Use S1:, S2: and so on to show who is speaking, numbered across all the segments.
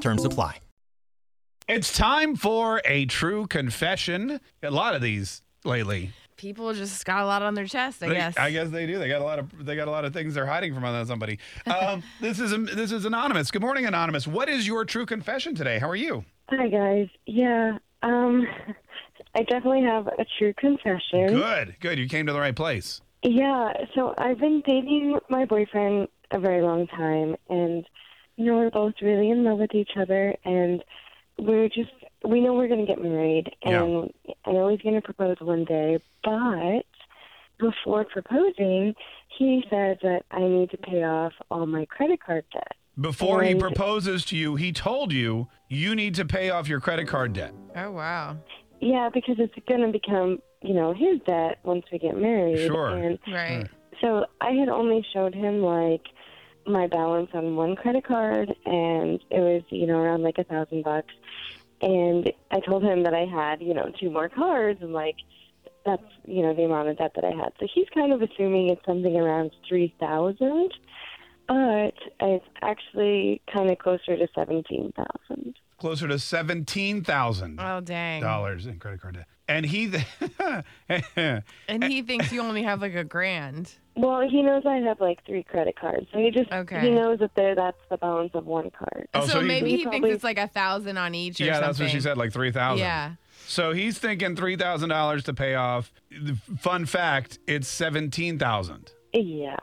S1: Terms apply.
S2: It's time for a true confession. A lot of these lately.
S3: People just got a lot on their chest, I
S2: They-
S3: guess.
S2: I guess they do. They got a lot of they got a lot of things they're hiding from other- somebody. Um, this is this is anonymous. Good morning, anonymous. What is your true confession today? How are you?
S4: Hi guys. Yeah, um, I definitely have a true confession.
S2: Good, good. You came to the right place.
S4: Yeah, so I've been dating my boyfriend a very long time, and you know we're both really in love with each other, and we're just we know we're gonna get married, and I know he's gonna propose one day, but before proposing, he says that I need to pay off all my credit card debt.
S2: Before he
S4: And-
S2: proposes to you, he told you you need to pay off your credit card debt.
S3: oh, wow.
S4: Yeah, because it's gonna become you know his debt once we get married,
S2: Sure.
S4: and
S3: Right.
S4: So I had only showed him like my balance on one credit card, and it was you know around like a thousand bucks. And I told him that I had you know two more cards, and like that's you know the amount of debt that I had. So he's kind of assuming it's something around three thousand, but it's actually kind of closer to seventeen thousand.
S2: Closer to seventeen thousand
S3: Oh, dang.
S2: dollars in credit card debt, and he
S3: And
S2: Eh.
S3: he thinks you only have like a grand.
S4: Well, he knows I have like three credit cards, so he just
S3: Okay.
S4: he knows that there that's the balance of one card.
S2: Oh,
S3: so,
S2: so he-
S3: maybe
S4: He
S3: he, thinks
S4: probably-
S3: it's like a thousand on each or
S2: yeah,
S3: something.
S2: that's what she said, like three thousand.
S3: Yeah.
S2: So he's thinking three thousand dollars to pay off. Fun fact: it's seventeen thousand.
S4: Yeah.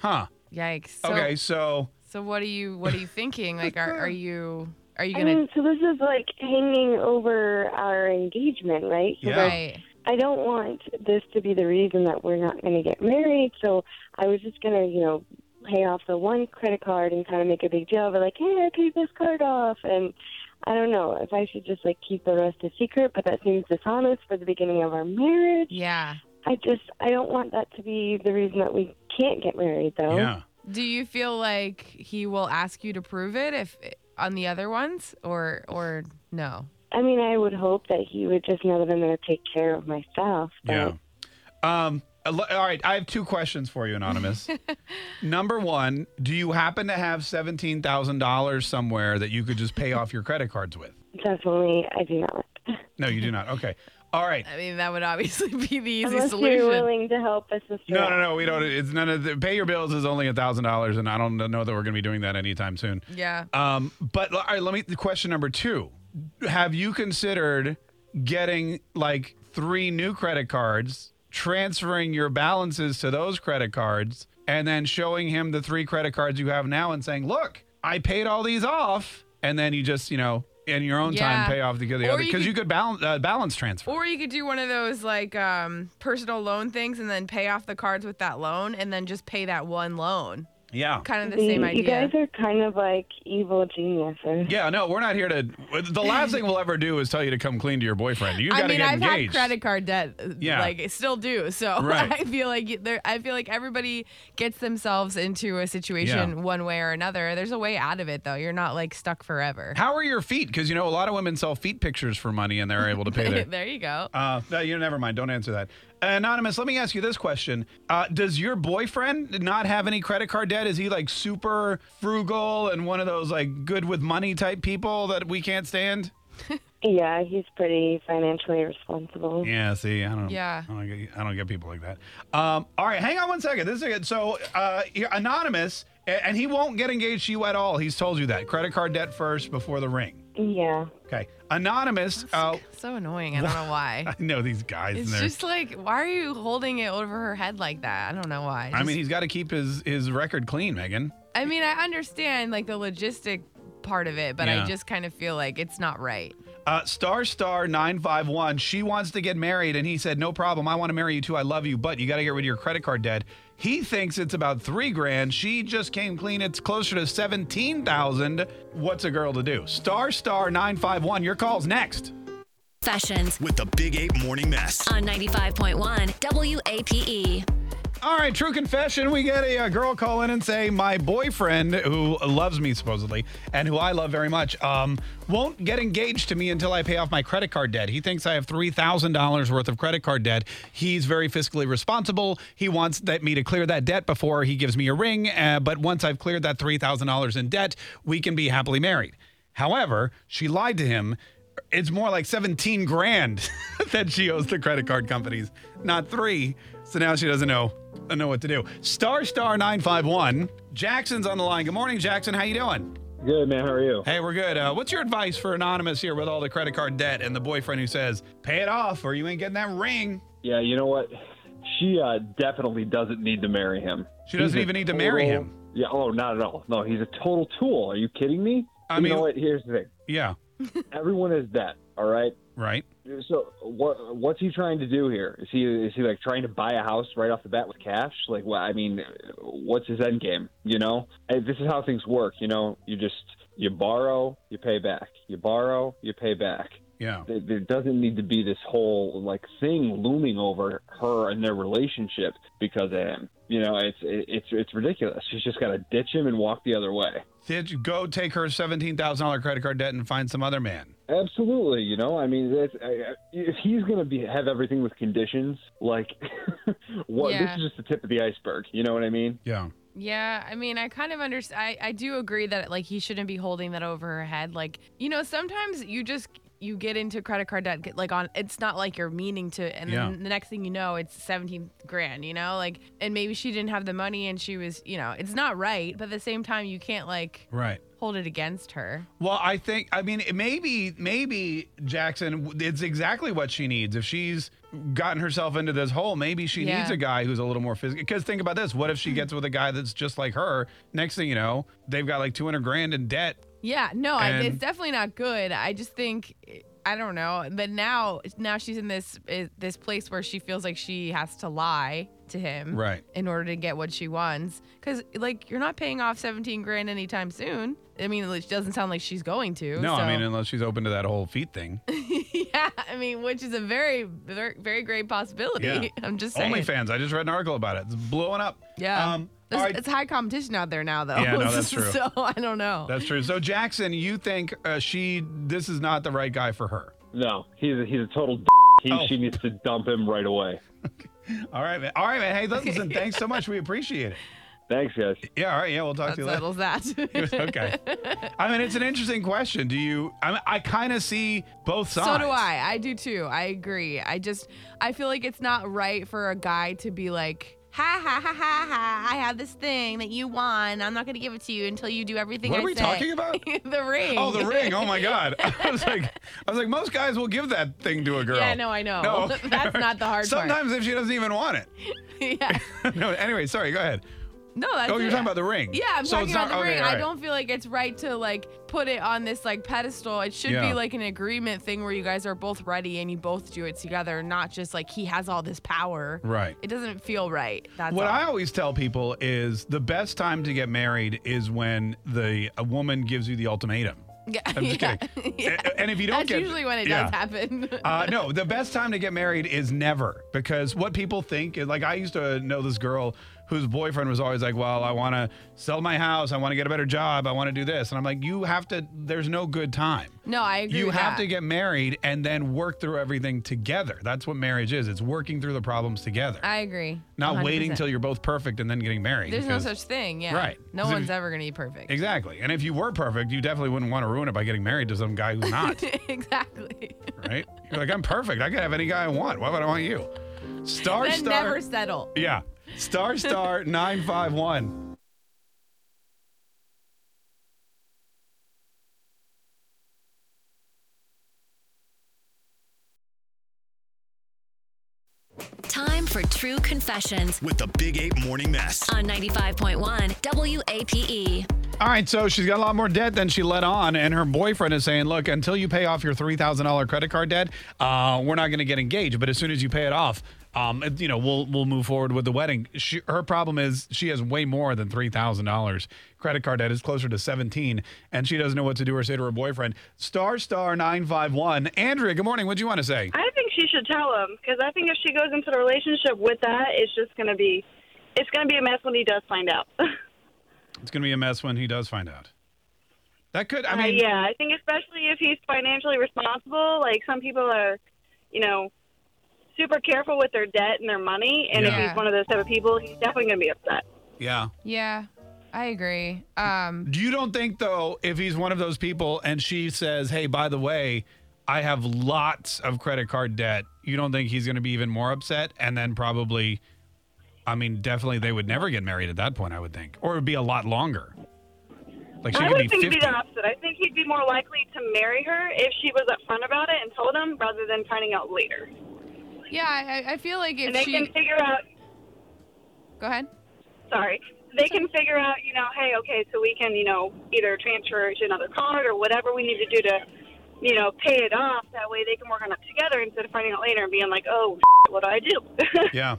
S2: Huh.
S3: Yikes. So,
S2: okay, so
S3: So what are you what are you thinking? Like are, are you are you
S4: I
S3: gonna
S4: mean, so this is like hanging over our engagement, right? So,
S2: Yeah.
S4: like,
S3: right?
S4: I don't want this to be the reason that we're not going to get married. So I was just going to, you know, pay off the one credit card and kind of make a big deal. But like, hey, I paid this card off, and I don't know if I should just like keep the rest a secret. But that seems dishonest for the beginning of our marriage.
S3: Yeah.
S4: I just I don't want that to be the reason that we can't get married, though.
S2: yeah.
S3: Do you feel like he will ask you to prove it if on the other ones or or no?
S4: I mean, I would hope that he would just know that I'm going to take care of myself. but-
S2: Yeah. Um, al- all right, I have two questions for you, Anonymous. Number one, do you happen to have $17,000 somewhere that you could just pay off your credit cards with?
S4: Definitely, I do not.
S2: No, you do not. Okay. All right.
S3: I mean that would obviously be the easy
S4: Unless
S3: solution.
S4: you're willing to help us. sister.
S2: No, no, no. We don't. It's none of the pay your bills is only $1,000, and I don't know that we're going to be doing that anytime soon.
S3: Yeah.
S2: Um, but all right, let me. The question number two: Have you considered getting like three new credit cards, transferring your balances to those credit cards, and then showing him the three credit cards you have now and saying, "Look, I paid all these off," and then you just, you know, in your own
S3: Yeah.
S2: time, pay off the, the
S3: Or
S2: other
S3: you
S2: because
S3: could-
S2: you could balance uh, balance transfer.
S3: Or you could do one of those like um, personal loan things and then pay off the cards with that loan and then just pay that one loan.
S2: yeah.
S3: Kind of the
S4: See,
S3: same
S4: You
S3: idea.
S4: guys are kind of like evil geniuses.
S2: Yeah, no, we're not here to. The last thing we'll ever do is tell you to come clean to your boyfriend. You got
S3: I
S2: to
S3: mean,
S2: get
S3: I've
S2: engaged.
S3: had credit card debt, uh,
S2: Yeah.
S3: like still do. So
S2: Right.
S3: I feel like there, I feel like everybody gets themselves into a situation
S2: Yeah.
S3: one way or another. There's a way out of it, though. You're not like stuck forever.
S2: How are your feet? Because you know a lot of women sell feet pictures for money, and they're able to pay their.
S3: there you go.
S2: Uh, no, you never mind. Don't answer that. Anonymous, let me ask you this question: uh, Does your boyfriend not have any credit card debt? Is he like super frugal and one of those like good with money type people that we can't stand?
S4: Yeah, he's pretty financially responsible.
S2: Yeah, see, I don't.
S3: Yeah.
S2: I don't get, I don't get people like that. Um, all right, hang on one second. This is good. So, uh, here- anonymous, a- and he won't get engaged to you at all. He's told you that credit card debt first before the ring.
S4: Yeah.
S2: Okay, anonymous. Uh,
S3: So annoying. I don't know why.
S2: I know these guys.
S3: It's
S2: and they're-
S3: just like, why are you holding it over her head like that? I don't know why.
S2: I
S3: Just-
S2: mean, he's got to keep his his record clean, Megan.
S3: I mean, I understand like the logistic part of it, but
S2: Yeah.
S3: I just kind of feel like it's not right.
S2: Uh, star star nine five one. She wants to get married, and he said, "No problem. I want to marry you too. I love you, but you got to get rid of your credit card debt." He thinks it's about three grand. She just came clean. It's closer to 17,000. What's a girl to do? Star Star 951. Your call's next.
S5: Fashions
S6: with the Big 8 Morning Mess.
S5: on 95.1 WAPE.
S2: All right, true confession. We get a, uh girl call in and say, My boyfriend, who loves me supposedly, and who I love very much, um, won't get engaged to me until I pay off my credit card debt. He thinks I have $3,000 worth of credit card debt. He's very fiscally responsible. He wants that me to clear that debt before he gives me a ring. Uh, but once I've cleared that $3,000 in debt, we can be happily married. However, she lied to him. It's more like 17 grand that she owes the credit card companies, not three. So now she doesn't know doesn't know what to do. Star Star 951. Jackson's on the line. Good morning, Jackson. How you doing?
S7: Good man, how are you?
S2: Hey, we're good. Uh, what's your advice for anonymous here with all the credit card debt and the boyfriend who says, "Pay it off, or you ain't getting that ring."
S7: Yeah, you know what? She uh, definitely doesn't need to marry him.
S2: She doesn't
S7: He's a
S2: even need to marry
S7: total-
S2: him.
S7: Yeah, oh, not at all. No, he's a total tool. Are you kidding me?
S2: I
S7: you
S2: mean-
S7: know what? Here's the thing.
S2: Yeah,
S7: Everyone is that, all right?
S2: right.
S7: So what what's he trying to do here? Is he is he like trying to buy a house right off the bat with cash? Like what I mean, what's his end game, you know? And this is how things work, you know. You just you borrow, you pay back. You borrow, you pay back.
S2: Yeah,
S7: there- there doesn't need to be this whole like thing looming over her and their relationship because of him. You know, it's it's it's ridiculous. She's just got to ditch him and walk the other way.
S2: did you go take her seventeen thousand dollar credit card debt and find some other man?
S7: Absolutely, you know. I mean, that's, I, I- if he's gonna be have everything with conditions, like what?
S3: Yeah.
S7: This is just the tip of the iceberg. You know what I mean?
S2: Yeah,
S3: Yeah, I mean, I kind of understand. I, I do agree that like he shouldn't be holding that over her head. Like, you know, sometimes you just you get into credit card debt, get, like on. It's not like you're meaning to, and
S2: Yeah.
S3: then the next thing you know, it's seventeen grand. You know, like, and maybe she didn't have the money, and she was, you know, it's not right. But at the same time, you can't like
S2: right.
S3: hold it against her.
S2: Well, I think I mean it- maybe maybe Jackson it's exactly what she needs. If she's gotten herself into this hole, maybe she
S3: Yeah.
S2: needs a guy who's a little more physical. Because think about this: what if she gets with a guy that's just like her? Next thing you know, they've got like two hundred grand in debt.
S3: Yeah, no, I,
S2: And-
S3: it's definitely not good. I just think I don't know. But now, now she's in this eh, this place where she feels like she has to lie to him,
S2: Right.
S3: in order to get what she wants. Because like you're not paying off 17 grand anytime soon. I mean, it doesn't sound like she's going to.
S2: No,
S3: so.
S2: I mean uh, unless she's open to that whole feet thing.
S3: yeah, I mean, which is a very, very, very great possibility.
S2: Yeah.
S3: I'm just saying.
S2: OnlyFans. I just read an article about it. It's blowing up.
S3: Yeah.
S2: Um, all
S3: There's-
S2: right.
S3: It's high competition out there now, though.
S2: Yeah, no, that's true.
S3: so I don't know.
S2: That's true. So Jackson, you think uh, she this is not the right guy for her?
S7: No, he's a, he's a total. D- he,
S2: Oh.
S7: She needs to dump him right away.
S2: All right, man. All right, man. Hey, listen. Thanks so much. We appreciate it.
S7: Thanks, guys.
S2: Yeah. All right. Yeah. We'll talk
S3: that
S2: to you later.
S3: settles that.
S2: okay. I mean, it's an interesting question. Do you? I mean, I kind of see both sides.
S3: So do I. I do too. I agree. I just I feel like it's not right for a guy to be like, ha ha ha ha ha. I have this thing that you want. I'm not gonna give it to you until you do everything
S2: What
S3: I
S2: are we
S3: say."
S2: talking about?
S3: the ring.
S2: Oh, the ring! Oh my God! I was like, I was like, most guys will give that thing to a girl.
S3: Yeah, no, I know.
S2: No.
S3: That's not the hard
S2: Sometimes if she doesn't even want it.
S3: part. yeah.
S2: no. Anyway, sorry. Go ahead.
S3: No, that's
S2: oh, you're
S3: it.
S2: talking about the ring.
S3: Yeah, I'm
S2: So
S3: talking
S2: it's
S3: about
S2: not-
S3: the
S2: okay,
S3: ring.
S2: all
S3: I
S2: right.
S3: don't feel like it's right to like put it on this like pedestal. It should
S2: Yeah.
S3: be like an agreement thing where you guys are both ready and you both do it together, not just like he has all this power.
S2: Right.
S3: It doesn't feel right. That's
S2: What
S3: all.
S2: I always tell people is the best time to get married is when the a woman gives you the ultimatum.
S3: Yeah.
S2: I'm just
S3: yeah.
S2: kidding.
S3: Yeah.
S2: A- And if you don't
S3: That's
S2: get
S3: usually when it
S2: yeah.
S3: does happen.
S2: Uh, no, the best time to get married is never because what people think is like I used to know this girl whose boyfriend was always like, "Well, I want to sell my house, I want to get a better job, I want to do this," and I'm like, "You have to. There's no good time.
S3: no, I agree.
S2: You
S3: with
S2: have
S3: that.
S2: to get married and then work through everything together. That's what marriage is. It's working through the problems together,
S3: I agree.
S2: not
S3: 100%.
S2: waiting till you're both perfect and then getting married.
S3: There's no
S2: because-
S3: such thing. Yeah.
S2: Right.
S3: No
S2: 'Cause if-
S3: one's ever gonna be perfect.
S2: Exactly. And if you were perfect, you definitely wouldn't want to ruin it by getting married to some guy who's not.
S3: exactly.
S2: right? You're like, I'm perfect. I can have any guy I want. Why would I want you? Star
S3: Then
S2: star.
S3: never settle.
S2: Yeah. Star star 951.
S5: Time for True Confessions
S6: With the Big 8 Morning Mess.
S5: on 95.1 WAPE.
S2: All right, so she's got a lot more debt than she let on, and her boyfriend is saying, "Look, until you pay off your three thousand dollar credit card debt, uh, we're not going to get engaged. But as soon as you pay it off, um, it- you know, we'll we'll move forward with the wedding." She, her problem is she has way more than three thousand dollars. Credit card debt is closer to seventeen, and she doesn't know what to do or say to her boyfriend. Star star nine five one. Andrea, good morning. What do you want to say?
S8: I think she should tell him because I think if she goes into the relationship with that, it's just gonna be, it's gonna be a mess when he does find out.
S2: It's going to be a mess when he does find out. That could, I
S8: Uh,
S2: mean,
S8: yeah, I think especially if he's financially responsible. Like some people are, you know, super careful with their debt and their money, and
S2: Yeah.
S8: if he's one of those type of people, he's definitely gonna be upset.
S2: yeah.
S3: Yeah, I agree. Um,
S2: You don't think though, if he's one of those people and she says, "Hey, by the way, I have lots of credit card debt," you don't think he's going to be even more upset, and then probably, I mean, definitely they would never get married at that point. I would think, or it would be a lot longer. Like she
S8: I
S2: could
S8: would
S2: be
S8: think it'd
S2: fifty.
S8: be the opposite. I think he'd be more likely to marry her if she was upfront about it and told him, rather than finding out later.
S3: yeah, I, I feel like
S8: And
S3: if
S8: they
S3: she
S8: can figure out
S3: go ahead.
S8: sorry. They can figure out, you know, hey, okay, so we can, you know, either transfer it to another card or whatever we need to do to, you know, pay it off. That way they can work on it together instead of finding out later and being like, oh, what do I do?
S2: Yeah.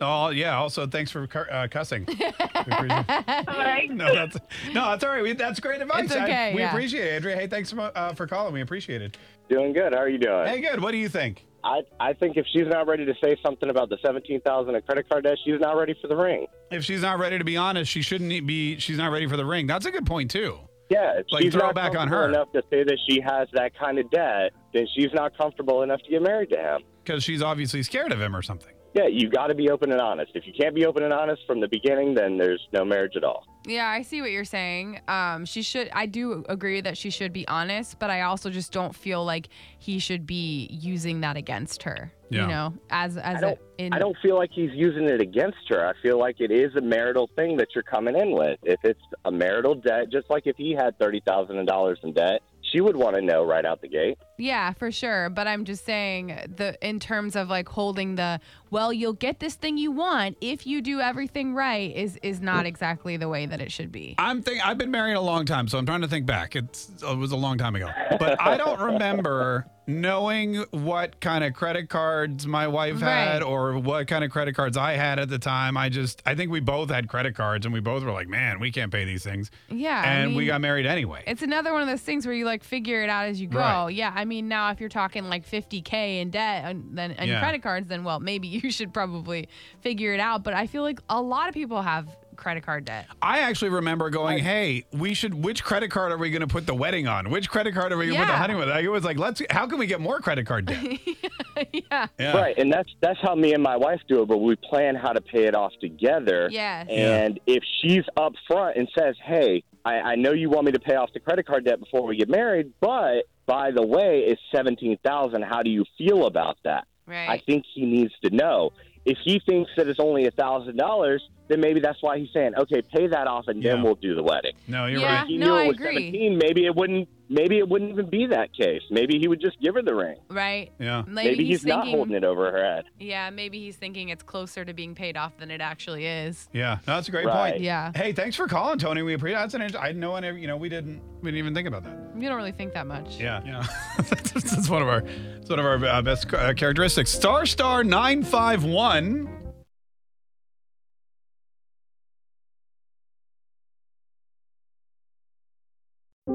S2: Oh yeah. Also, thanks for cur- uh, cussing. We appreciate-
S8: Sorry.
S2: no, that's no, that's all right. We, that's great advice.
S3: It's
S2: I-
S3: okay,
S2: we
S3: yeah.
S2: appreciate it, Andrea. Hey, thanks so mu- uh, for calling. We appreciate it.
S9: Doing good. How are you doing?
S2: Hey, good. What do you think?
S9: I I think if she's not ready to say something about the seventeen thousand in credit card debt, she's not ready for the ring.
S2: If she's not ready to be honest, she shouldn't e-, be. She's not ready for the ring. That's a good point too.
S9: Yeah, if
S2: Like,
S9: she's
S2: throw
S9: not
S2: it back on
S9: comfortable
S2: her.
S9: enough to say that she has that kind of debt, then she's not comfortable enough to get married to him.
S2: because she's obviously scared of him or something.
S9: Yeah, you got to be open and honest. If you can't be open and honest from the beginning, then there's no marriage at all.
S3: Yeah, I see what you're saying. Um, she should. I do agree that she should be honest, but I also just don't feel like he should be using that against her.
S2: Yeah.
S3: You know, as as
S9: I don't-
S3: a in
S9: I don't feel like he's using it against her. I feel like it is a marital thing that you're coming in with. If it's a marital debt, just like if he had thirty thousand dollars in debt, she would want to know right out the gate.
S3: Yeah, for sure. But I'm just saying the in terms of like holding the well, you'll get this thing you want if you do everything right is is not exactly the way that it should be.
S2: I'm think I've been married a long time, so I'm trying to think back. It's, it was a long time ago, but I don't remember knowing what kind of credit cards my wife had
S3: Right.
S2: or what kind of credit cards I had at the time. I just I think we both had credit cards, and we both were like, "Man, we can't pay these things,"
S3: Yeah. I
S2: and we
S3: mean,
S2: got married anyway.
S3: it's another one of those things where you like figure it out as you go.
S2: Right.
S3: Yeah, I mean now if you're talking like 50k in debt and then and
S2: Yeah.
S3: credit cards, then well maybe you should probably figure it out. But I feel like a lot of people have credit card debt.
S2: I actually remember going, "Hey, we should. Which credit card are we going to put the wedding on? Which credit card are we going to put the
S3: Yeah.
S2: honeymoon?" Like, it was like, "Let's. How can we get more credit card debt?"
S3: yeah.
S2: Yeah.
S9: Right, and that's that's how me and my wife do it, but we plan how to pay it off together.
S3: Yes.
S9: And if she's upfront and says, "Hey, I, I know you want me to pay off the credit card debt before we get married, but by the way, it's seventeen thousand. How do you feel about that?" I
S3: Right.
S9: think he needs to know. If he thinks that it's only a thousand dollars, then maybe that's why he's saying, "Okay, pay that off, and then
S2: Yeah.
S9: we'll do the wedding."
S2: No, you're
S3: Yeah.
S2: right.
S9: If he
S3: No,
S9: knew
S3: I
S9: it was
S3: agree.
S9: seventeen, maybe it wouldn't. Maybe it wouldn't even be that case. Maybe he would just give her the ring.
S3: right.
S2: Yeah.
S3: Maybe,
S9: maybe he's not
S3: thinking
S9: holding it over her head.
S3: Yeah, maybe he's thinking it's closer to being paid off than it actually is.
S2: Yeah, no, that's a great
S9: Right.
S2: point.
S3: Yeah.
S2: Hey, thanks for calling, Tony. We appreciate. That's an. int- I know. I never- You know, we didn't. We didn't even think about that.
S3: You don't really think that much.
S2: Yeah. Yeah. that's, that's one of our. It's one of our uh, best uh, characteristics. Star Star nine five one.